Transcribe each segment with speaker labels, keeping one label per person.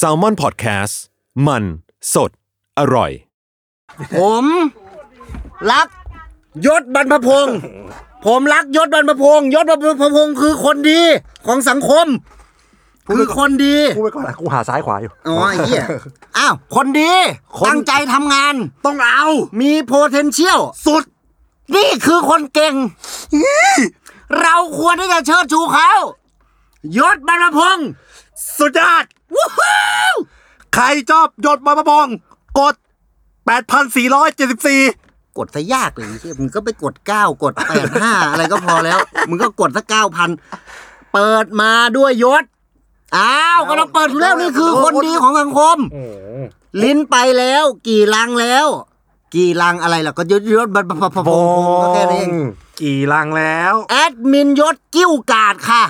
Speaker 1: s a l m o n PODCAST มันสดอร่อย
Speaker 2: ผมรักยศบรรพพงศ์ผมรักยศบรรพพงศ์ยศบรรพพงศ์คือคนดีของสังคม คือคนดี
Speaker 3: พูดไปก่อนนะกูหาซ้ายขวาอยู่
Speaker 2: อ๋อไอ้เหี้ ยอ้าวคนดี
Speaker 3: คน
Speaker 2: ตั้งใจทำงาน
Speaker 3: ต้องเอา
Speaker 2: มี potential
Speaker 3: สุด
Speaker 2: นี่คือคนเก่ง เราควรที่จะเชิดชูเขายศบรรพพงศ์
Speaker 3: สุดยอด
Speaker 2: วู้ฮู้
Speaker 3: ใครชอบหยดมาประพงกด 8,474
Speaker 2: กดซะยากเลยไอ้เหี้ยมึงก็ไปกด 9 กด 8 5 อะไรก็พอแล้ว มึงก็กดสัก9,000 เปิดมาด้วยยศ อ้าวก็ต้องเปิดอยู่แล้วนี่คือคนดีของสังคม ลิ้นไปแล้วกี่ลังแล้ว กี่ลังอะไรล่ะก็ยศยศบรรพพพพงศ์ก็แค่นี้นเอง
Speaker 3: กี่ลังแล้ว
Speaker 2: แอดมินยศกิ้วกาดค่ะ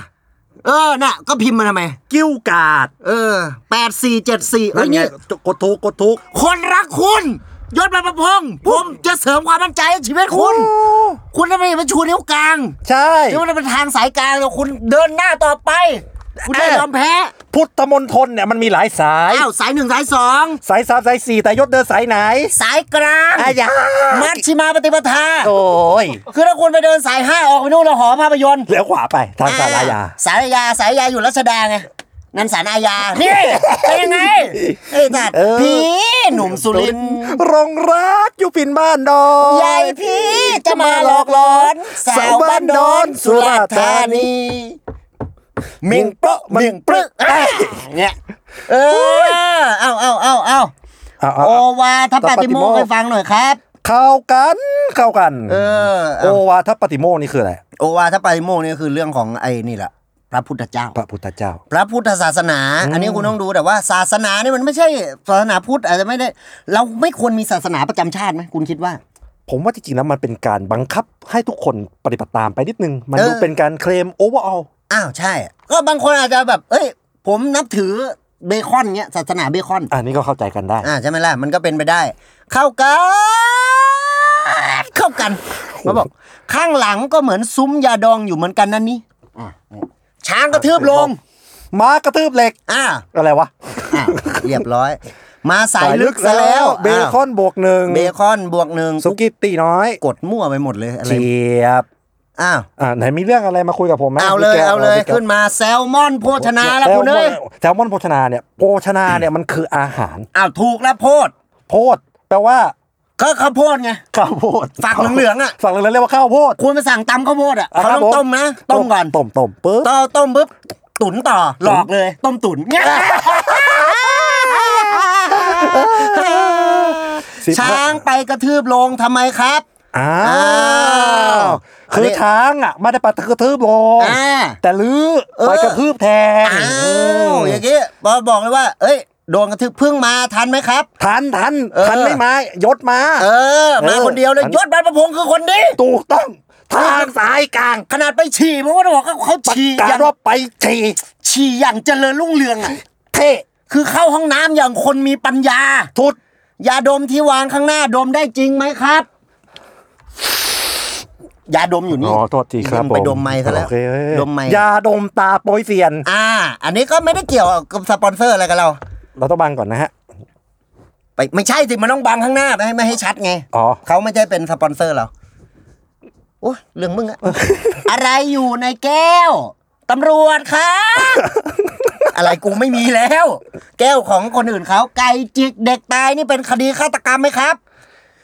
Speaker 2: เออน่ะ ก็พิมพ์มาทำไม
Speaker 3: กิ้วกาด
Speaker 2: เออแปดสี่เจ็ดสี่เอ้ยนี่
Speaker 3: กดทุกกดทุก
Speaker 2: คนรักคุณยศบรรพพงศ์ผมจะเสริมความมั่นใจให้ชีวิตคุณ คุณทำไมมาชูนิ้วกลาง
Speaker 3: ใช่
Speaker 2: นี่มันเป็นทางสายกลางแล้วคุณเดินหน้าต่อไป คุณได้
Speaker 3: แอด
Speaker 2: ยอมแพ้
Speaker 3: พุทธมนทนเนี่ยมันมีหลายสาย
Speaker 2: อ้าวสายหนึ่งสายสอง
Speaker 3: สายสามสายสี่แต่ยศเดินสายไหน
Speaker 2: สายกลาง
Speaker 3: อายา
Speaker 2: มัชชิมาปฏิปทา
Speaker 3: โอ้ย
Speaker 2: คือถ้าคุณไปเดินสายห้าออกไปนู่นแล้วหอภาพยนตร์
Speaker 3: แล้วขวาไปทางสารายา
Speaker 2: สารยาสารยาอยู่รัชดาไงนั่นสารอาญา นี่เป็นยังไงไอ้สัตว์
Speaker 3: เออ
Speaker 2: ผีหนุ่มสุรินทร์
Speaker 3: รงรักอยู่ปินบ้านดอน
Speaker 2: ยายผีจะมาหลอกหลอนสาวบ้านดอนสุราษฎร์ธานี
Speaker 3: เมียงเปาะเมียงปรึก
Speaker 2: อ่ะเนี่ยเออเอาเอาเอาเอา
Speaker 3: เอา
Speaker 2: โอ
Speaker 3: เอา
Speaker 2: วาทปาติโมกข์
Speaker 3: ทปาติโมกข์
Speaker 2: ให้ฟังหน่อยครับ
Speaker 3: เข้ากันเข้ากัน
Speaker 2: เออ
Speaker 3: โอ
Speaker 2: เอา
Speaker 3: วาทปฏิโมกข์นี่คืออะไร
Speaker 2: โอวาทปาติโมกข์นี่คือเรื่องของไอ้นี่แหละพระพุทธเจ้า
Speaker 3: พระพุทธเจ้า
Speaker 2: พระพุทธศาสนา อันนี้คุณต้องดูแต่ว่าศาสนาเนี่ยมันไม่ใช่ศาสนาพุทธอาจจะไม่ได้ เราไม่ควรมีศาสนาประจำชาติไหมคุณคิดว่า
Speaker 3: ผมว่าจริงๆแล้วมันเป็นการบังคับให้ทุกคนปฏิบัติตามไปนิดนึง มัน
Speaker 2: เออ
Speaker 3: ดูเป็นการเคลมโอเวอร์ออล
Speaker 2: อ้าวใช่ ก็บางคนอาจจะแบบ เอ้ย ผมนับถือเบคอนเนี้ยศาสนาเบคอน
Speaker 3: อันนี้ก็เข้าใจกันได้
Speaker 2: อ่าใช่ไหมล่ะมันก็เป็นไปได้ เข้ากันเข้ากันมาบอก ข้างหลังก็เหมือนซุ้มยาดองอยู่เหมือนกันนั่นนี่อ่ะช้างกระทืบลง
Speaker 3: มากระทืบเหล็ก
Speaker 2: อ่า
Speaker 3: อะไรวะ
Speaker 2: อ่ะเรียบร้อย มาสายลึกซะแล้ว
Speaker 3: เบคอนบวกหนึ่ง
Speaker 2: เบคอนบวกหนึ่ง
Speaker 3: สุกี้ตีน้อย
Speaker 2: กดมั่วไปหมดเลยอะไร
Speaker 3: เจียบ
Speaker 2: อ้าว
Speaker 3: อ่าไหนมีเรื่องอะไรมาคุยกับผมไหม
Speaker 2: เอาเลย
Speaker 3: พี่แก้ว
Speaker 2: เอาเลย
Speaker 3: พี่แก้ว
Speaker 2: ขึ้นมาแซลมอนโภชนาแล้วคุณเอ้ย
Speaker 3: แซลมอนโภชนาเนี่ยโภชนาเนี่ยมันคืออาหาร
Speaker 2: อ้าวถูกแล้วโพด
Speaker 3: โพดแปลว่า
Speaker 2: ก็ข้าวโพดไง
Speaker 3: ข้าวโพด
Speaker 2: ฝักเหลืองๆอะ
Speaker 3: ฝักเหลืองๆเรียกว่าข้าวโพด
Speaker 2: คุณไปสั่งตำข้าวโพดอ่ะเขา
Speaker 3: ค
Speaker 2: ต้อบ
Speaker 3: รั
Speaker 2: ง
Speaker 3: ผ
Speaker 2: ต้มนะ ต้มก่อน
Speaker 3: ต้มต้มปึ๊บ
Speaker 2: ต้มต้มปุ๊บตุ๋นต่อหลอกเลย ต้ม ตุ๋นเนี่ย
Speaker 3: สิบห้
Speaker 2: ช้างไปกระทืบลงทำไมครับ
Speaker 3: อ้า
Speaker 2: อ้าว
Speaker 3: ว คืออน
Speaker 2: นี้
Speaker 3: ช้างอ่ะไม่ได้ไปกระทืบลง
Speaker 2: อ่า
Speaker 3: แต่ลื้อ
Speaker 2: เออ
Speaker 3: ไปกระทืบแทน
Speaker 2: อ้าว
Speaker 3: อืม
Speaker 2: อย่างงี้บอบอกเลยว่า เอ้ยโดนกระทืบเพิ่งมาทันไหมครับ
Speaker 3: ทันทัน
Speaker 2: เออ
Speaker 3: ทันไม่มายศมา
Speaker 2: เออ มา
Speaker 3: เออ
Speaker 2: คนเดียวเลย
Speaker 3: ทัน
Speaker 2: ยศบรรพพงศ์คือคนดี
Speaker 3: ถูกต้องทางสายกลาง
Speaker 2: ขนาดไปฉี่ผมก็ต้องบอกว่าเขา
Speaker 3: ประ
Speaker 2: ฉี่อก
Speaker 3: า
Speaker 2: ย่า
Speaker 3: รง ว่าไปฉี่
Speaker 2: ฉี่อย่างเจริญรุ่งเรืองอ่ะ
Speaker 3: เท่
Speaker 2: คือเข้าห้องน้ำอย่างคนมีปัญญา
Speaker 3: ทุด
Speaker 2: ยาดมที่วางข้างหน้าดมได้จริงไหมครับ ยาดมอยู่นี่
Speaker 3: อ๋อโทษทีครับ
Speaker 2: ยัง
Speaker 3: ผ
Speaker 2: ไปดมไม้ซะแล้ว
Speaker 3: โอเค
Speaker 2: ดมไม้
Speaker 3: ยาดมตาโปรยเซียน
Speaker 2: อ่า อันนี้ก็ไม่ได้เกี่ยวกับสปอนเซอร์อะไรกับเรา
Speaker 3: เราต้องบังก่อนนะฮะ
Speaker 2: ไปไม่ใช่สิมันต้องบังข้างหน้าไม่ให้ไม่ให้ชัดไง
Speaker 3: อ๋อ
Speaker 2: เขาไม่ใช่เป็นสปอนเซอร์เราโอ้ยเรื่องมึง อะ อะไรอยู่ในแก้วตำรวจครับ อะไรกูไม่มีแล้ว แก้วของคนอื่นเขาไก่จิกเด็กตายนี่เป็นคดีฆาตกรรมไหมครับ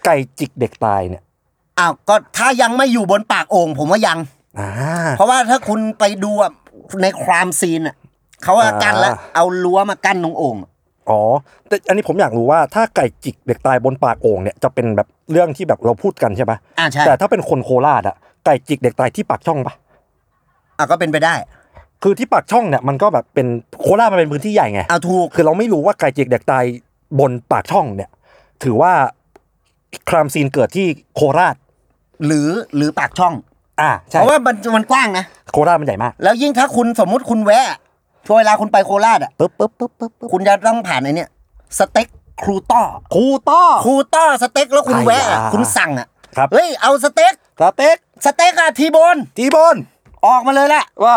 Speaker 3: ไก่จิกเด็กตายเนี่ย
Speaker 2: อ้าวก็ถ้ายังไม่อยู่บนปากโอ่งผมว่ายัง
Speaker 3: อ่า
Speaker 2: เพราะว่าถ้าคุณไปดูอะในความซีนอ่ะเขาว่ากั้นแล้ว
Speaker 3: อ่า
Speaker 2: เอารั้วมากั้นตรงโอ่งอะ
Speaker 3: อ๋อ แต่อันนี้ผมอยากรู้ว่าถ้าไก่จิกเด็กตายบนปากโอ่งเนี่ยจะเป็นแบบเรื่องที่แบบเราพูดกันใช่ปะ
Speaker 2: อ่าใช่
Speaker 3: แต่ถ้าเป็นคนโคราชอะไก่จิกเด็กตายที่ปากช่องปะ
Speaker 2: อ่ะก็เป็นไปได้
Speaker 3: คือที่ปากช่องเนี่ยมันก็แบบเป็นโคราชมันเป็นพื้นที่ใหญ่ไง
Speaker 2: เอาถูก
Speaker 3: คือเราไม่รู้ว่าไก่จิกเด็กตายบนปากช่องเนี่ย ถือว่าครามซีนเกิดที่โคราช
Speaker 2: หรือหรือปากช่อง
Speaker 3: อ่า
Speaker 2: เพ
Speaker 3: ใช่
Speaker 2: ราะว่ามันมันกว้างนะ
Speaker 3: โคราชมันใหญ่มาก
Speaker 2: แล้วยิ่งถ้าคุณสมมุติคุณแวะช่วงเวลาคุณไปโคราชอ่ะ
Speaker 3: ปึ๊บปึ๊บปึ๊บปึ๊บปึ๊บ
Speaker 2: คุณจะต้องผ่านไอ้เนี่ยสเต็กครูต้อ
Speaker 3: ครูต้อ
Speaker 2: ครูต้อสเต็กแล้วคุณแวะอะ
Speaker 3: อ่า
Speaker 2: คุณสั่งอ่ะ
Speaker 3: ครับ
Speaker 2: เฮ้ยเอาสเต็ก
Speaker 3: สเต็ก
Speaker 2: สเต็กอะทีโบน
Speaker 3: จีบน
Speaker 2: ออกมาเลยแหละ
Speaker 3: ว่า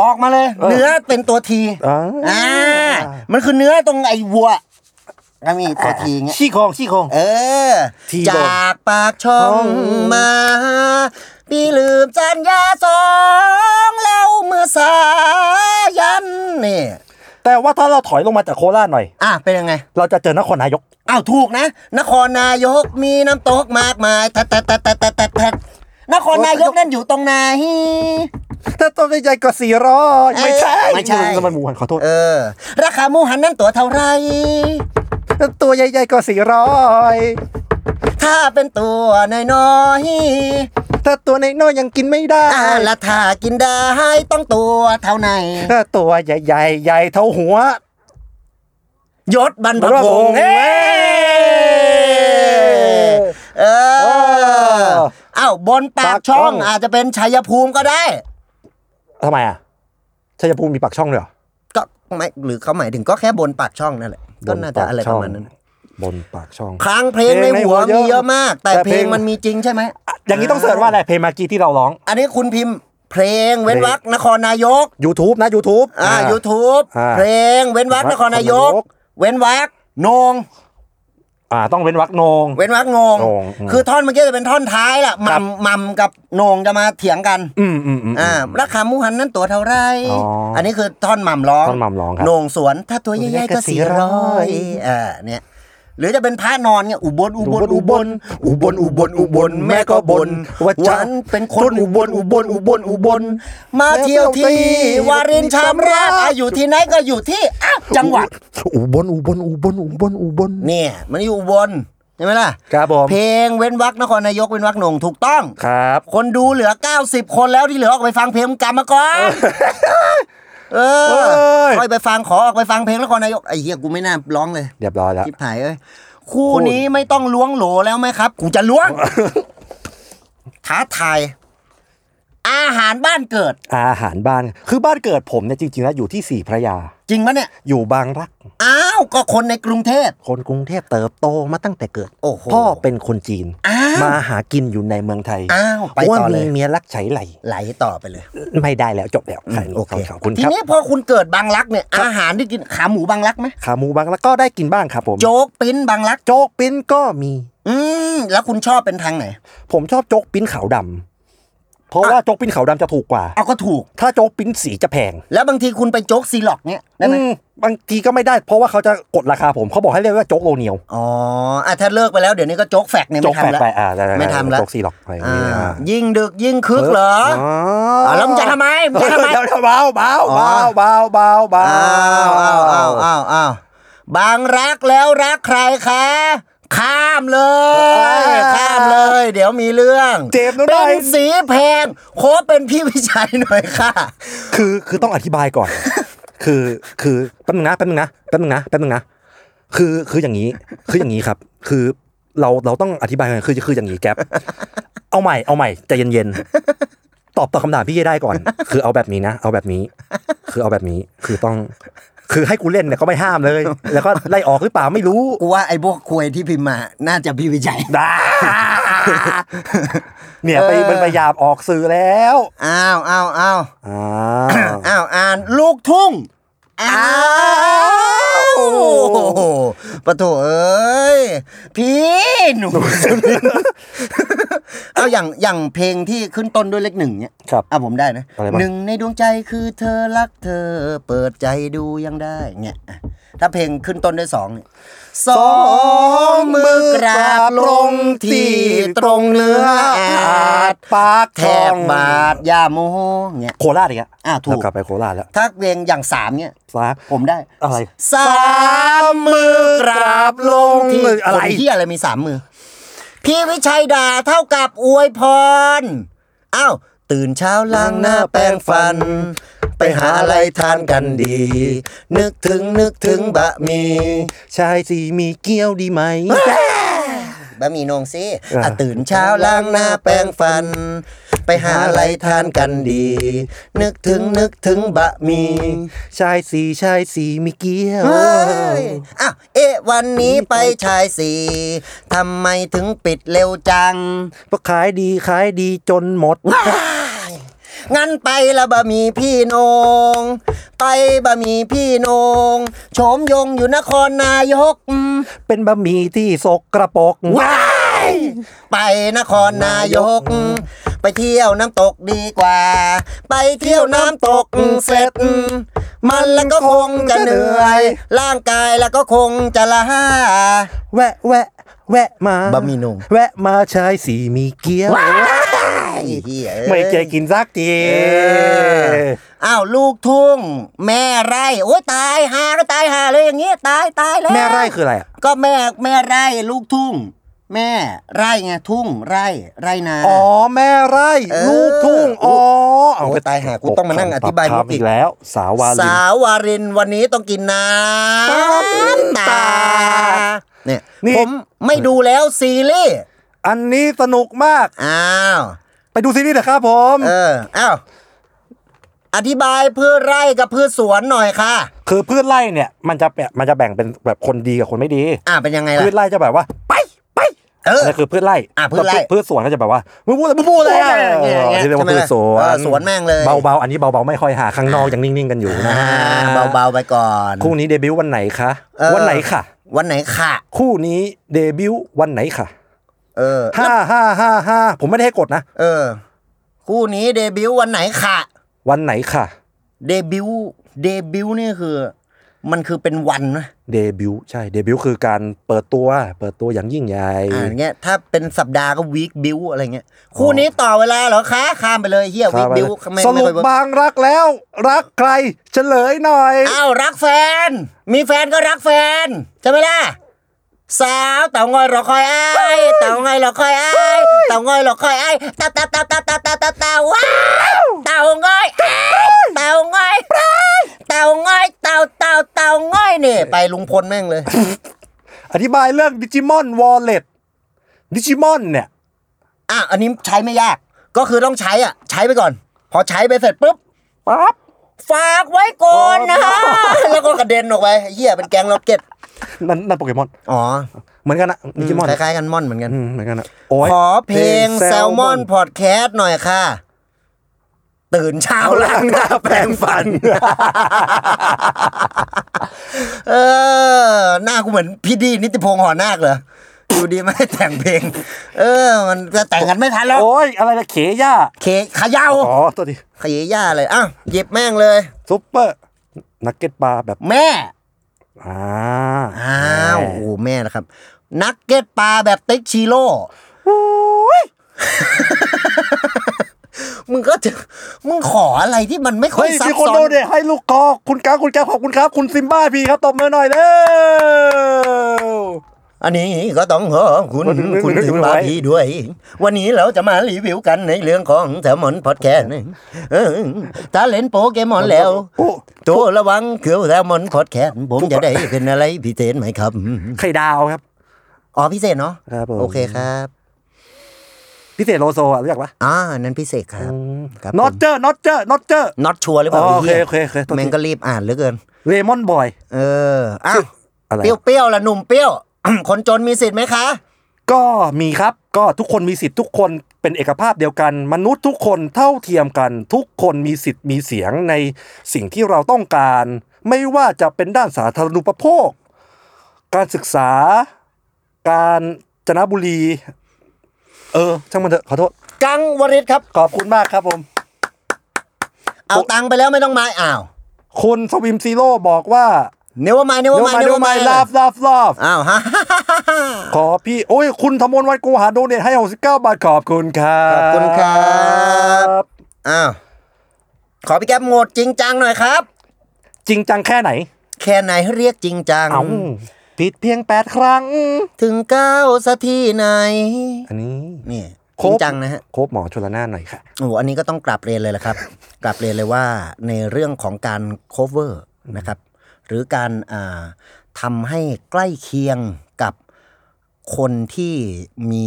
Speaker 2: ออกมาเลย
Speaker 3: เออ
Speaker 2: เนื้อเป็นตัวที
Speaker 3: อ่า
Speaker 2: อ่ามันคือเนื้อตรงไอ้วัวก็มีตัวทีเงี้ย
Speaker 3: ชี้โครงชี้โครง
Speaker 2: เออ
Speaker 3: ทีโบน
Speaker 2: จากปากช่อง
Speaker 3: อืม
Speaker 2: มาพี่ลืมจันยาสองเราเมื่อสายันนี่
Speaker 3: แต่ว่าถ้าเราถอยลงมาจากโคราชหน่อย
Speaker 2: อ่ะเป็นยังไง
Speaker 3: เราจะเจอนครนายก
Speaker 2: อ้าวถูกนะ นครนายกมีน้ำตกมากมายแต่แต่แต่แต่แต่แต่แต่นครนายกนั่นอยู่ตรงไหน
Speaker 3: ถ้าต้นใหญ่ก็สี่ร้อยไม่ใช่
Speaker 2: เอ้ยไม่ใช่
Speaker 3: น้ำมันหมูหันขอโทษ
Speaker 2: เออ ราคาหมูหันนั้นตัวเท่าไหร
Speaker 3: ตัวใหญ่ๆก็สี่ร้อย
Speaker 2: ถ้าเป็นตัวน้อยๆ
Speaker 3: ถ้าตัวน้อยๆยังกินไม่ได้
Speaker 2: อ่าและถ้ากินได้ต้องตัวเท่าไหน
Speaker 3: ถ้าตัวใหญ่ๆใหญ่เท่าหัว
Speaker 2: ยศบรรพ
Speaker 3: บรร
Speaker 2: พ
Speaker 3: พพ
Speaker 2: ง
Speaker 3: งษ์
Speaker 2: ษ์เอ้ยเอ
Speaker 3: โอ้
Speaker 2: ออ้าวบนปาก
Speaker 3: ปากช่
Speaker 2: ช่อ
Speaker 3: อง ง
Speaker 2: อาจจะเป็นชัยภูมิก็ได้
Speaker 3: ทำไมอ่ะชัยภูมิมีปากช่องด้วยเหรอ
Speaker 2: ก็ไม่หรือเขาหมายถึงก็แค่บนปากช่องนั่นแหละก็น่าจะอะไรประมาณนั้น
Speaker 3: บนปากช่อง
Speaker 2: ครั้งเพลงในหัวมีเยอะมาก แต่เพลงมันมีจริงใช่ไหม
Speaker 3: อย่างนี้ต้องเสิร์ชว่าอะไรเพลงเมากี้ที่เราร้อง
Speaker 2: อันนี้คุณพิมพ์ เพลงเว้นวรรคนครนายก
Speaker 3: YouTube นะ YouTube
Speaker 2: อ่า YouTube
Speaker 3: อ่า
Speaker 2: เพลงเว้นวรรคนครนายก
Speaker 3: นครนายก
Speaker 2: เว้นวรรคนง
Speaker 3: อ่าต้องเว้นวรรคโนง
Speaker 2: เว้นวรรคนง
Speaker 3: นงอืม
Speaker 2: คือท่อนเมื่อกี้จะเป็นท่อนท้ายแหละ
Speaker 3: ค
Speaker 2: มั
Speaker 3: รับ
Speaker 2: มมัมกับนงจะมาเถียงกัน
Speaker 3: อืมอืมอืม
Speaker 2: อ่าราคาหมูหันนั้นตัวเท่าไหร
Speaker 3: อ๋ออั
Speaker 2: นนี้คือท่อนมัมร้อง
Speaker 3: ท่อนหม่ำร้องครับ
Speaker 2: นงสวนถ้าตัวใหญ่ๆก็สี่ร้อย
Speaker 3: 400
Speaker 2: อ่าเนี่ยหรือจะเป็นพระนอนเนี่ยอุบลอุ
Speaker 3: อุ
Speaker 2: บบ ล
Speaker 3: ล
Speaker 2: อุ
Speaker 3: อุ
Speaker 2: บบ ล
Speaker 3: ลอุบลอุบลอุบลแม่ก็บนว่าฉันเป็นคนอุบลอุบลอุบลอุบล
Speaker 2: มาเที่ยวที่วารินชามราชอ่ะอยู่ที่ไหนก็อยู่ที่อ้าวจังหวัด
Speaker 3: อุบลอุบลอุบลอุบลอุบล
Speaker 2: เนี่ยมันอยู่อุบลใช่ไหมล่ะ
Speaker 3: ครับผม
Speaker 2: เพลงเว้นวักนครนายกเว้นวักหนงถูกต้อง
Speaker 3: ครับ
Speaker 2: คนดูเหลือ 90 คนแล้วที่เหลือออกไปฟังเพลงกรรมก่อนเอ
Speaker 3: เอ้
Speaker 2: อย ค่อยไปฟังขอออกไปฟังเพลงนครนายกไอ้เหี้ยกูไม่น่าร้องเลย
Speaker 3: เรียบร้อยแล้ว
Speaker 2: ทิพหายเอ้ยคู่นี้ไม่ต้องล้วงโหลแล้วไหมครับ กูจะล้ว งท้าทายอาหารบ้านเกิด
Speaker 3: อาหารบ้านคือบ้านเกิดผมเนี่ยจริงๆแล้วอยู่ที่สี่พระยา
Speaker 2: จริงปะเนี่ย
Speaker 3: อยู่บางรัก
Speaker 2: อ้าวก็คนในกรุงเทพ
Speaker 3: คนกรุงเทพเติบโตมาตั้งแต่เกิด
Speaker 2: โอ้โห
Speaker 3: พ่อเป็นคนจีน
Speaker 2: อ้าว
Speaker 3: มาหากินอยู่ในเมืองไทย
Speaker 2: อ้าวไป
Speaker 3: ว่า
Speaker 2: ต่อเลย
Speaker 3: มีเมียรักไฉไหล
Speaker 2: ไหลต่อไปเลย
Speaker 3: ไม่ได้แล้วจบแล้วใช่
Speaker 2: โอเค
Speaker 3: ขอบคุณ
Speaker 2: ที
Speaker 3: ครับ
Speaker 2: นี้พอคุณเกิดบางรักเนี่ย อาหารที่กินขาหมูบางรักไหม
Speaker 3: ขาหมูบางแล้วก็ได้กินบ้างครับผม
Speaker 2: โจ๊กปิ้นบางรัก
Speaker 3: โจ๊กปิ้นก็มี
Speaker 2: อืมแล้วคุณชอบเป็นทางไหน
Speaker 3: ผมชอบโจ๊กปิ้นขาวดำเพราะว่าโจ๊กปิ้นขาวดำจะถูกกว่า
Speaker 2: เอาก็ถูก
Speaker 3: ถ้าโจ๊กปิ้นสีจะแพง
Speaker 2: แล้วบางทีคุณไปโจ๊กซีล็อกเนี่ยได้ไหม
Speaker 3: อืมบางทีก็ไม่ได้ เพราะว่าเขาจะกดราคาผมเขาบอกให้เรียกว่าโจ๊กโลเนียว
Speaker 2: อ๋ออ่ะถ้าเลิกไปแล้วเดี๋ยวนี้ก็โจ๊กแฟกเนี่ย
Speaker 3: โจ๊
Speaker 2: ไม่
Speaker 3: ก
Speaker 2: ทำแล้ว
Speaker 3: แฟดไปอ่าด้ๆ
Speaker 2: ไม่ทำแล้ว
Speaker 3: โจ๊กซีหรอกอะไรอย่าง
Speaker 2: อ่า
Speaker 3: เงี้ยอ่า
Speaker 2: ยิ่งดึกยิ่งคึกเหรออ่ะแล้วมึงจะทำไมมึงจะทำไม
Speaker 3: เบาเบาเบาเบาเบาเบา
Speaker 2: อ้าวอ้าวอ้าวอ้าวอ้าวบางรักแล้วรักใครคะ ข้ามเลย ข้ามเลย เดี๋ยวมีเรื่อง
Speaker 3: เจ็บแล้ว
Speaker 2: เป็
Speaker 3: ได้
Speaker 2: นสีแพงโคบเป็นพี่วิชัยหน่อยค่ะ
Speaker 3: คือคือต้องอธิบาย ก่อน คือคือแป๊บนึงนะแป๊บนึงนะแป๊บนึงนะแป๊บนึงนะคือคืออย่างนี้คืออย่างนี้ครับ คือเราเราต้องอธิบายกันคือคืออย่างนี้แก๊ปเอาใหม่เอาใหม่ใจเย็นๆตอบตอบคำถามพี่ให้ได้ก่อน คือเอาแบบนี้นะ เอาแบบนี้ คือเอาแบบนี้คือต้อง คือให้กูเล่นเนี่ยก็ไม่ห้ามเลย แล้วก็ไล่ออกหรือเปล่าไม่รู้
Speaker 2: กูว่าไอ้พวกควยที่พิมพ์มาน่าจะพี่วิ ชัย
Speaker 3: ด่าเนี่ยไป
Speaker 2: เออ
Speaker 3: มันพยายามออกสื่อแล้ว
Speaker 2: อ้าวอ้าวอ้าว
Speaker 3: อ่า
Speaker 2: อ้าวอ่านลูกทุ่งอ้าวปะโถเอ้ย พี่หนู เอาอย่างอย่างเพลงที่ขึ้นต้นด้วยเลขหนึ่งเนี่ย
Speaker 3: ครับ
Speaker 2: อ่ะผมได้นะ
Speaker 3: อะไรบ้าง
Speaker 2: หนึ่งในดวงใจคือเธอรักเธอ เปิดใจดูยังได้เนี่ยอ่ะถ้าเพลงขึ้นต้นด้วยสองเนี่ยสองมือกราบลงที่ตรงเนื้ออาจ
Speaker 3: ปาก
Speaker 2: แทบบาดยาโมเนี่ย
Speaker 3: โคราชอีกอ่ะ
Speaker 2: อ่ะถูก
Speaker 3: กลับไปโคราชแล้ว
Speaker 2: ถ้าเพลงอย่างสามเนี่ย
Speaker 3: สาม
Speaker 2: ผมได้
Speaker 3: อะไร
Speaker 2: สามมือกราบลงที่
Speaker 3: อะไร
Speaker 2: คนที่อะไรมีสามมือ พี่วิชัยด่าเท่ากับอวยพรอ้าวตื่นเช้าล้างหน้าแปรงฟัน ไปหาอะไรทานกันดี นึกถึงนึกถึงบะหมี่
Speaker 3: ชายสีมีเกี้ยวดีไหม
Speaker 2: บะหมี่นงซี่
Speaker 3: อ่า
Speaker 2: ะตื่นเช้าล้างหน้าแปรงฟัน ไปหาอะไรทานกันดี นึกถึงนึกถึงบะหมี่
Speaker 3: ชายสีชายสีมีเกี้ยว
Speaker 2: เฮ้ยอ้าวเอ๊ะวันนี้ไปชายสี่ทำไมถึงปิดเร็วจัง
Speaker 3: ก็ขายดีขายดีจนหมด
Speaker 2: งั้นไปละบะหมี่พี่นง ไปบะหมี่พี่นงโฉมยงอยู่นครนายกอืม
Speaker 3: เป็นบะหมี่ที่สกกระปรก
Speaker 2: ว้ายไปนครนายกอืมไปเที่ยวน้ำตกดีกว่า ไปเที่ยวน้ำตกอืมเสร็จอืมมันแล้วก็คงจะเหนื่อย ร่างกายแล้วก็คงจะละห้า
Speaker 3: แวะแวะแวะมา
Speaker 2: บะหมี่หนุ่ม
Speaker 3: แวะมาชายสีมีเกี้ยว
Speaker 2: ไอ้เหี้ย
Speaker 3: ไม่เคยกินสักที
Speaker 2: เอออ้าวลูกทุ่ง แม่ไร่โอ้ยตายหาก็ตายหาเลยอย่างงี้ตายตายแล้ว
Speaker 3: แม่ไร่คืออะไรอะ
Speaker 2: ก็แม่แม่ไร่ลูกทุ่ง แม่ไร่ไงทุ่งไร่ไร่นา
Speaker 3: อ๋อแม่ไร่
Speaker 2: เออ
Speaker 3: ลูกทุ่งอ๋อ
Speaker 2: โอ้ยตายห่ากูต้องมานั่งอธิบาย
Speaker 3: ค
Speaker 2: มุ
Speaker 3: รับ
Speaker 2: กอี
Speaker 3: อี
Speaker 2: ก
Speaker 3: กแล้ว สาววาลิน
Speaker 2: สาววารินวันนี้ต้องกินน้ำ
Speaker 3: น้ำ
Speaker 2: ตา
Speaker 3: ตา
Speaker 2: เนี่ย
Speaker 3: นี่
Speaker 2: ผมไม่ดูแล้วซีรีส์
Speaker 3: อันนี้สนุกมาก
Speaker 2: อ้าว
Speaker 3: ไปดูซีรีส์เถอะครับผม
Speaker 2: เอออ้าวอธิบายพืชไร่กับพืชสวนหน่อยค่ะ
Speaker 3: คือพืชไร่เนี่ยมันจะแบบมันจะแบ่งเป็นแบบคนดีกับคนไม่ดี
Speaker 2: อ่าเป็นยังไงล่ะ
Speaker 3: พืชไร่จะแบบว่า ไปไป
Speaker 2: เออ
Speaker 3: นั่นคือพืชไร่
Speaker 2: อ่ะพืชไร่
Speaker 3: แต่พืชสวนก็จะแบบว่ามึงพูดอะไรมึงพูดอะไรอ่ะ
Speaker 2: อย่างเงี้ยอย่างเงี้ย
Speaker 3: ที่เรียกว่า
Speaker 2: ใช่ไหม
Speaker 3: พืชสวน
Speaker 2: เออสวนแม่งเลย
Speaker 3: เบาๆอันนี้เบาๆไม่ค่อยหาข้างนอกยังนิ่งๆกันอยู่นะ
Speaker 2: อ่าเบาๆไปก่อน
Speaker 3: คู่นี้เดบิวต์วันไหนคะ
Speaker 2: เออ
Speaker 3: วันไหนค่ะ
Speaker 2: วันไหนค่ะ
Speaker 3: คู่นี้เดบิวต์วันไหนค่ะ
Speaker 2: เออ
Speaker 3: ห้าห้าห้าห้าผมไม่ได้ให้กดนะ
Speaker 2: เออ คู่นี้เดบิวต์วันไหนค่ะ
Speaker 3: วันไหนค่ะ
Speaker 2: เดบิวต์เดบิวต์นี่คือ มันคือเป็นวันนะ
Speaker 3: เดบิวต์ใช่เดบิวต์คือการเปิดตัวเปิดตัวอย่างยิ่งใหญ่
Speaker 2: อ่าอย่างเงี้ยถ้าเป็นสัปดาห์ก็วีคบิวอะไรเงี้ยคู่นี้ต่อเวลาเหรอคะข้ามไปเลยเฮียวีคบิวไม่
Speaker 3: ส
Speaker 2: ไม่
Speaker 3: รุ
Speaker 2: ค่อย
Speaker 3: ป
Speaker 2: เวิร์ก
Speaker 3: บางรักแล้ว รักใครเฉลยหน่อย
Speaker 2: อ้าวรักแฟน มีแฟนก็รักแฟนใช่ไหมล่ะสาวเต่างอยรอคอยไอ้ายเต่างอยรอคอยไอ้ายเต่างอยรอคอยไอ้ายเต่าเต่าเต่าเต่าเต่าเต่าเต่าเต่าว้าวเต่างอยอ้ายเต่างอยเต่างอยเต่าเต่าเต่างอยนี่ไปลุงพลแม่งเลย
Speaker 3: อธิบายเรื่องดิจิมอนวอลเล็ตดิจิมอนเนี่ย
Speaker 2: อ่ะ อันนี้ใช้ไม่ยาก ก็คือต้องใช้อ่ะ ใช้ไปก่อน พอใช้ไปเสร็จปุ๊บ
Speaker 3: ปั๊บ
Speaker 2: ฝากไว้ก่อนนะ
Speaker 3: อ๋อ
Speaker 2: แล้วก็กระเด็นออกไปเหี้ยเป็นแกงล็อกเก็ต
Speaker 3: นั่นนั่นโปเกมอน
Speaker 2: อ๋อ
Speaker 3: เหมือนกันนะดิจิมอน
Speaker 2: คล้ายๆกันม่อนเหมือนกัน
Speaker 3: อืมเหมือนกันนะโอ้ย
Speaker 2: ขอเพลงแซลมอนพอดแคสต์หน่อยค่ะ ตื่นเช้าล้างหน้าแปรงฟัน เออ หน้ากูเหมือนพี่ดีนิติพงษ์หอนาคเหรอดูดีไหมแต่งเพลง เออ มันจะแต่งกันไม่ทันแล้ว
Speaker 3: โอ้ยอะไรนะเขย่า
Speaker 2: เคเขย่า
Speaker 3: อ๋อตัวดิ
Speaker 2: ขยี้ย่าเลยอ้าวหยิบแม่งเลย
Speaker 3: ซุปเปอร์นักเก็ตบาร์แบบ
Speaker 2: แม่
Speaker 3: อ่า
Speaker 2: อ้าวโอ้โหแม่นะครับ นักเก็ตปลาแบบติ๊กชิโร่มึงก็จะมึงขออะไรที่มันไม่ค่อ
Speaker 3: เฮ้
Speaker 2: ย
Speaker 3: ย
Speaker 2: ซับ
Speaker 3: มีคน
Speaker 2: ซ้อ
Speaker 3: โด
Speaker 2: น
Speaker 3: เนทให้ลูกคอคุณก้าวคุณแก้วขอบคุณครับ คุณซิมบ้าพีครับตบมือหน่อยเร็ว
Speaker 2: อันนี้ก็ต้องขอคุณ
Speaker 3: นึกนึก
Speaker 2: คุณ
Speaker 3: นึก
Speaker 2: ถึง
Speaker 3: ไว้
Speaker 2: บาพีด้วย วันนี้เราจะมารีวิวกันในเรื่องของแซลมอนพอดแคสต์ถ้าเล่นโปเกมอนแล้ว
Speaker 3: โอ้
Speaker 2: ตัวระวังเขียวแซลมอนพอดแคสต์ผมจะได้เป็นอะไรพิเศษไหมครับ
Speaker 3: ไข่ดาวครับ
Speaker 2: อ๋อพิเศษเนาะ
Speaker 3: ครับผม
Speaker 2: โอเคครับ
Speaker 3: พิเศษโลโซอ่ะรู้จักปะ
Speaker 2: อ่านั้นพิเศษครับ ครับ
Speaker 3: นอตเจอร์นอตเจอร์นอตเจอร์
Speaker 2: น็อตชัวร์หรือเปล่า
Speaker 3: อ๋อ
Speaker 2: ไหี้ย
Speaker 3: โอเคโอเคโอเคโทษที
Speaker 2: แม่งก็รีบอ่านเหลือเกิน
Speaker 3: เลมอนบอย
Speaker 2: เอออ้าว
Speaker 3: อะไร
Speaker 2: เปรี้ยวๆล่ะหนุ่มเปรี้ ยว คนจนมีสิทธิ์ไหมคะ
Speaker 3: ก็มีครับก็ทุกคนมีสิทธิ์ทุกคนเป็นเอกภาพเดียวกัน มนุษย์ทุกคนเท่าเทียมกัน ทุกคนมีสิทธิ์มีเสียงในสิ่งที่เราต้องการ ไม่ว่าจะเป็นด้านสาธารณูปโภค การศึกษา การจนบุรี เออ ช่างมันเถอะขอโทษ
Speaker 2: กังวริศครับ
Speaker 3: ขอบคุณมากครับผม
Speaker 2: เอาตังค์ไปแล้วไม่ต้องมาอ้าว
Speaker 3: คุณสวิมซีโร่บอกว่า
Speaker 2: เนวมาเนวมา
Speaker 3: เดี๋ยวมาลาฟลาฟลาฟ
Speaker 2: อ้าวฮะ
Speaker 3: ขอพี่ โอ้ย คุณธมนวันกูหาโดเนทให้ 69 บาทขอบคุณครับ
Speaker 2: ขอบคุณครับ อ้าวขอพี่แก๊ปโหมดจริงจังหน่อยครับ
Speaker 3: จริงจังแค่ไหน
Speaker 2: แค่ไหนให้เรียกจริงจัง
Speaker 3: เอาผิดเพียง 8 ครั้ง
Speaker 2: ถึงเก้าสักทีไหน
Speaker 3: อันนี้
Speaker 2: เนี่ยจ
Speaker 3: ค
Speaker 2: ริ
Speaker 3: บ
Speaker 2: งจังนะฮะ
Speaker 3: คบหมอชลนานหน่อยค่ะ
Speaker 2: โอ้โหอันนี้ก็ต้องกราบเรียนเลยละครับ กราบเรียนเลยว่าในเรื่องของการ cover นะครับ หรือการอ่าทำให้ใกล้เคียงกับคนที่มี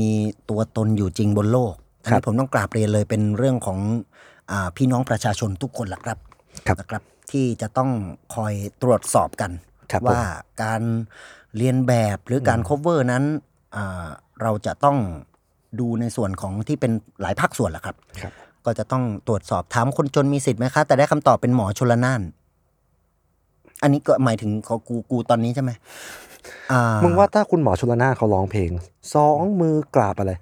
Speaker 2: ตัวตนอยู่จริงบนโลกอัน
Speaker 3: ครับ
Speaker 2: นี้ผมต้องกราบเรียนเลยเป็นเรื่องของอาพี่น้องประชาชนทุกคนละครับ
Speaker 3: ครับ
Speaker 2: นะครับ ที่จะต้องคอยตรวจสอบกัน
Speaker 3: ครับ
Speaker 2: ว่าการเรียนแบบหรือการ cover นั้นอ่าเราจะต้องดูในส่วนของที่เป็นหลายภาคส่วนละครับ
Speaker 3: ครับ
Speaker 2: ก็จะต้องตรวจสอบถามคนจนมีสิทธิ์ไหมคะแต่ได้คำตอบเป็นหมอชลนาน อันนี้ก็หมายถึงของกูกูตอนนี้ใช่ไหมอ่
Speaker 3: มึงว่าถ้าคุณหมอชลนานเขาร้องเพลงสองมือกราบอะไร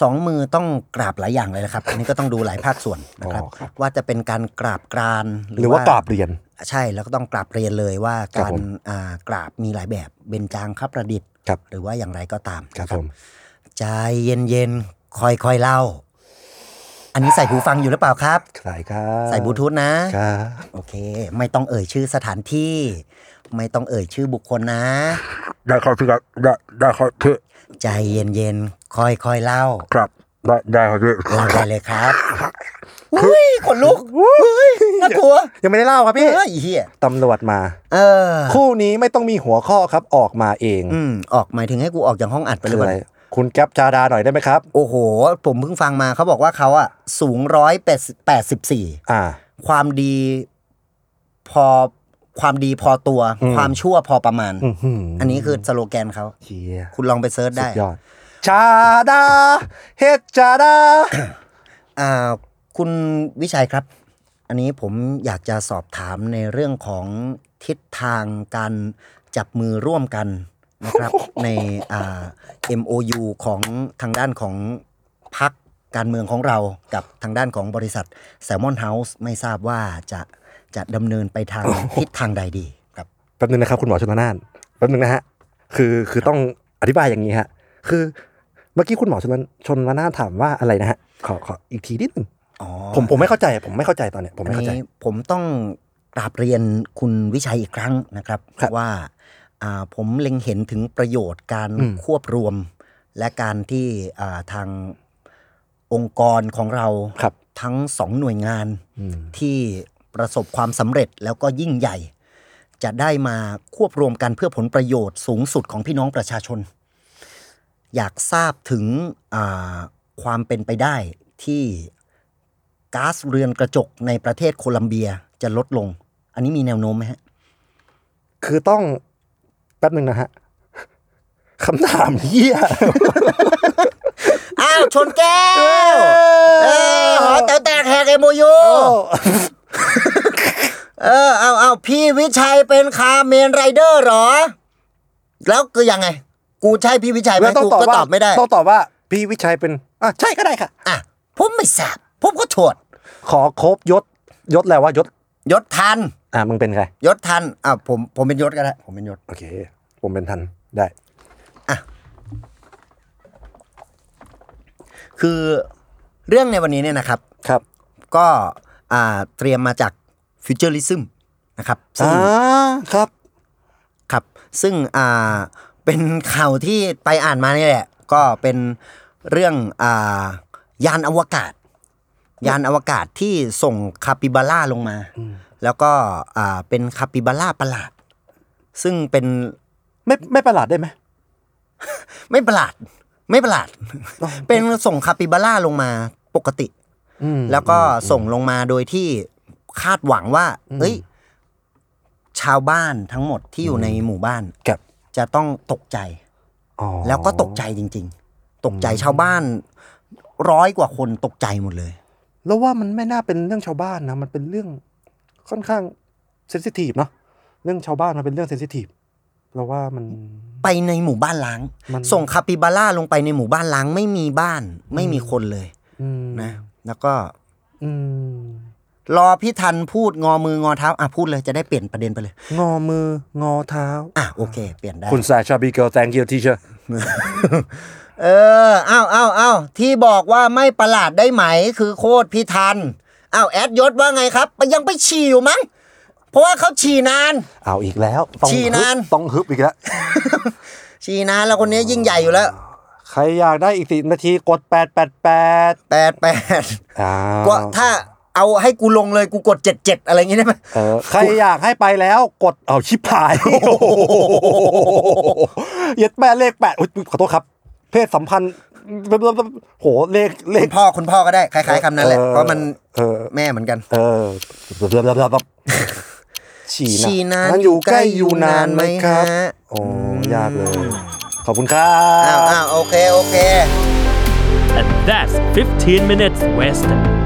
Speaker 2: สองมือต้องกราบหลายอย่างเลยนะครับ อันนี้ก็ต้องดูหลายภาคส่วนนะครับ
Speaker 3: อ๋อครับ
Speaker 2: ว่าจะเป็นการกราบกราน
Speaker 3: หรือว่ากราบเรียน
Speaker 2: ใช่แล้วก็ต้องกราบเรียนเลยว่า
Speaker 3: ครับ
Speaker 2: การ
Speaker 3: ผม
Speaker 2: อ่ากราบมีหลายแบบเบญจางคประดิษฐ์
Speaker 3: ครับ
Speaker 2: หรือว่าอย่างไรก็ตาม
Speaker 3: ครับ
Speaker 2: นะ
Speaker 3: ผม
Speaker 2: ใจเย็นๆค่อยๆเล่า อันนี้ใส่หูฟังอยู่หรือเปล่าครับ
Speaker 3: สายครับ
Speaker 2: ใส่บลูทูธนะ
Speaker 3: ครับ
Speaker 2: โอเค ไม่ต้องเอ่ยชื่อสถานที่ ไม่ต้องเอ่ยชื่อบุคคลนะ
Speaker 4: ได้ครับพี่ครับได้ได้ครับพี่
Speaker 2: ใจเย็นๆ ค่อยๆเล่า
Speaker 4: ครับได้ได้ครับพี่
Speaker 2: เล่าไปเลยครับอุ้ยขนลุกอุ้ยน่ากลัว
Speaker 3: ยังไม่ได้เล่าครับ
Speaker 2: เอ
Speaker 3: พี่
Speaker 2: ออีเหี้ย
Speaker 3: ตำรวจมา
Speaker 2: เออ
Speaker 3: คู่นี้ไม่ต้องมีหัวข้อครับออกมาเอง
Speaker 2: อืมออกหมายถึงให้กูออกจากห้องอัดไปเล
Speaker 3: คื
Speaker 2: ย
Speaker 3: อ
Speaker 2: วั
Speaker 3: อะไรคุณแก๊ปชาดาหน่อยได้ไหมครับ
Speaker 2: โอ้โห ผมเพิ่งฟังมาเขาบอกว่าเขาอะสูงร้อยแปดสิบสี่
Speaker 3: อ่า
Speaker 2: ความดีพอความดีพอตัว
Speaker 3: อืม
Speaker 2: ความชั่วพอประมาณ
Speaker 3: อื้อหือ
Speaker 2: อันนี้คือสโลแกนเขา
Speaker 3: เชีย
Speaker 2: คุณลองไปเซิร์ช
Speaker 3: สุ
Speaker 2: ได้
Speaker 3: ดยอดชาดาเฮ็ดชาดา
Speaker 2: อ่าคุณวิชัยครับ อันนี้ผมอยากจะสอบถามในเรื่องของทิศทางการจับมือร่วมกัน นะครับ ในอ่า MOU ของทางด้านของพักการเมืองของเรากับทางด้านของบริษัทแซลมอนเฮาส์ไม่ทราบว่าจะจะดำเนินไปทาง ทิศทางใดดีครับ
Speaker 3: แป๊บนึงนะครับคุณหมอชนละนานแป๊บนึงนะฮะคือคือต้องอธิบายอย่างนี้ฮะคือเมื่อกี้คุณหมอชนละชนละนานถามว่าอะไรนะฮะขอขออีกทีนิดหนึง
Speaker 2: อ๋อ
Speaker 3: ผมผมไม่เข้าใจผมไม่เข้าใจตอนเนี้ยผม
Speaker 2: อั
Speaker 3: ไม่
Speaker 2: น
Speaker 3: เข้าใจ
Speaker 2: นี้ผมต้องกราบเรียนคุณวิชัยอีกครั้งนะครับ
Speaker 3: ครับ
Speaker 2: ว่าอ่าผมเล็งเห็นถึงประโยชน์การ
Speaker 3: อืม
Speaker 2: ควบรวม และการที่อ่าทางองค์กรของเรา
Speaker 3: ครับ
Speaker 2: ทั้งสองหน่วยงาน
Speaker 3: อืม
Speaker 2: ที่ประสบความสำเร็จแล้วก็ยิ่งใหญ่ จะได้มาควบรวมกันเพื่อผลประโยชน์สูงสุดของพี่น้องประชาชน อยากทราบถึงอ่าความเป็นไปได้ที่ก๊าซเรือนกระจกในประเทศโคลัมเบียจะลดลง อันนี้มีแนวโน้มไหมฮะ
Speaker 3: คือต้องแป๊บนึงนะฮะคำถามเฮีย
Speaker 2: อ้าว ชนแก้ว เออหอแต๋วแตกแหกเอโมยู
Speaker 3: โอ้
Speaker 2: เออ เอาเอาพี่วิชัยเป็นคาร์เมนไรเดอร์เหรอ แล้วคือยังไง กูใช่พี่วิชัยไหม
Speaker 3: แล้วต้อง
Speaker 2: กู
Speaker 3: ตอบ
Speaker 2: ก็
Speaker 3: ว่า
Speaker 2: ตอบไม่ได้
Speaker 3: ต้องตอบว่าพี่วิชัยเป็นอ่ะใช่ก็ได้ค่ะ
Speaker 2: อ่ะ ผมไม่ทราบผมก็โทษ
Speaker 3: ขอครบยศยศแล้วว่ายศ
Speaker 2: ยศทัน
Speaker 3: อ่ะมึงเป็นใคร
Speaker 2: ยศทันอ่ะผมผมเป็นยศก็ได้ผมเป็นยศ
Speaker 3: โอเค ผมเป็นทันได้
Speaker 2: คือเรื่องในวันนี้เนี่ยนะครับ
Speaker 3: ครับ
Speaker 2: ก็อ่าเตรียมมาจากฟิวเจอริซึมนะครับซึ่ง
Speaker 3: อ่าครับ
Speaker 2: ครับซึ่งอ่าเป็นข่าวที่ไปอ่านมานี่แหละ ก็เป็นเรื่องอ่ายานอวกาศ ยานอวกาศที่ส่งคาปิบาร่าลงมา แล้วก็อ่าเป็นคาปิบาร่าประหลาด ซึ่งเป็น
Speaker 3: ไม่ไม่ประหลาดได้ไหม
Speaker 2: ไม่ประหลาดไม่ประหลาด
Speaker 3: อ๋อ
Speaker 2: เป็นส่งคาปิบาร่าลงมาปกติ แล้วก็ส่งลงมาโดยที่คาดหวังว่า เอ้ย ชาวบ้านทั้งหมดที่อยู่ในหมู่บ้าน
Speaker 3: ครับ
Speaker 2: จะต้องตกใจ
Speaker 3: อ๋อ
Speaker 2: แล้วก็ตกใจจริง ๆ ตกใจชาวบ้านร้อยกว่าคนตกใจหมดเลย
Speaker 3: แล้วว่ามันไม่น่าเป็นเรื่องชาวบ้านนะ มันเป็นเรื่องค่อนข้างเซนซิทีฟเนาะเรื่องชาวบ้านมันเป็นเรื่องเซนซิทีฟเราว่ามัน
Speaker 2: ไปในหมู่บ้านล้าง
Speaker 3: มัน
Speaker 2: ส่งคาปิบาร่าลงไปในหมู่บ้านล้าง ไม่มีบ้าน ไม่มีคนเลย
Speaker 3: อืม
Speaker 2: นะ แล้วก็
Speaker 3: อืม
Speaker 2: รอพี่ทันพูดงอมืองอเท้า อ่ะพูดเลยจะได้เปลี่ยนประเด็นไปเลย
Speaker 3: งอมืองอเท้า
Speaker 2: อ่ะโอเค เปลี่ยนได้
Speaker 3: คุณสายชาบีเกิลแตงกิลทีเชอร์
Speaker 2: เอออ้าวอ้าวอ้าวที่บอกว่าไม่ประหลาดได้ไหม คือโคตรพิทันอ้าวแอดยศว่าไงครับยังไปฉี่อยู่มั้ง เพราะว่าเขาฉี่นาน
Speaker 3: เอาอีกแล้วต้อง
Speaker 2: ชี้นาน
Speaker 3: ฮึบต้องฮึบอีกแล้ว
Speaker 2: ฉี่นานแล้วคนนี้ยิ่งใหญ่อยู่แล้ว
Speaker 3: ใครอยากได้อีกสินาทีกด 888
Speaker 2: แปดแปด
Speaker 3: อ่า
Speaker 2: ก็ถ้าเอาให้กูลงเลยกูกดเจ็ดเจ็ดอะไรอย่างงี้ได้ไหม
Speaker 3: เออใครอยากให้ไปแล้วกดเอาชิบหาย เย็ดแม่เลขแปดอุ๊ยขอโทษครับ เพศสัมพันธ์โหเลขเล
Speaker 2: คุ
Speaker 3: ข
Speaker 2: ณพ่อคุณพ่อก็ได้คล้ายๆคำนั้นแหละ
Speaker 3: เออ
Speaker 2: เพราะมัน
Speaker 3: เออ
Speaker 2: แม่เหมือนกัน
Speaker 3: เออ แบบฉี่
Speaker 2: ฉี่นาน
Speaker 3: นอยู่ใกล้อยู่นานไหมครับ
Speaker 2: ฮะ
Speaker 3: โอ้ยากเลย ขอบคุณครั
Speaker 2: อ้าว
Speaker 3: บ
Speaker 2: อ้าวโอเค โอเค
Speaker 5: And that's 15 minutes west.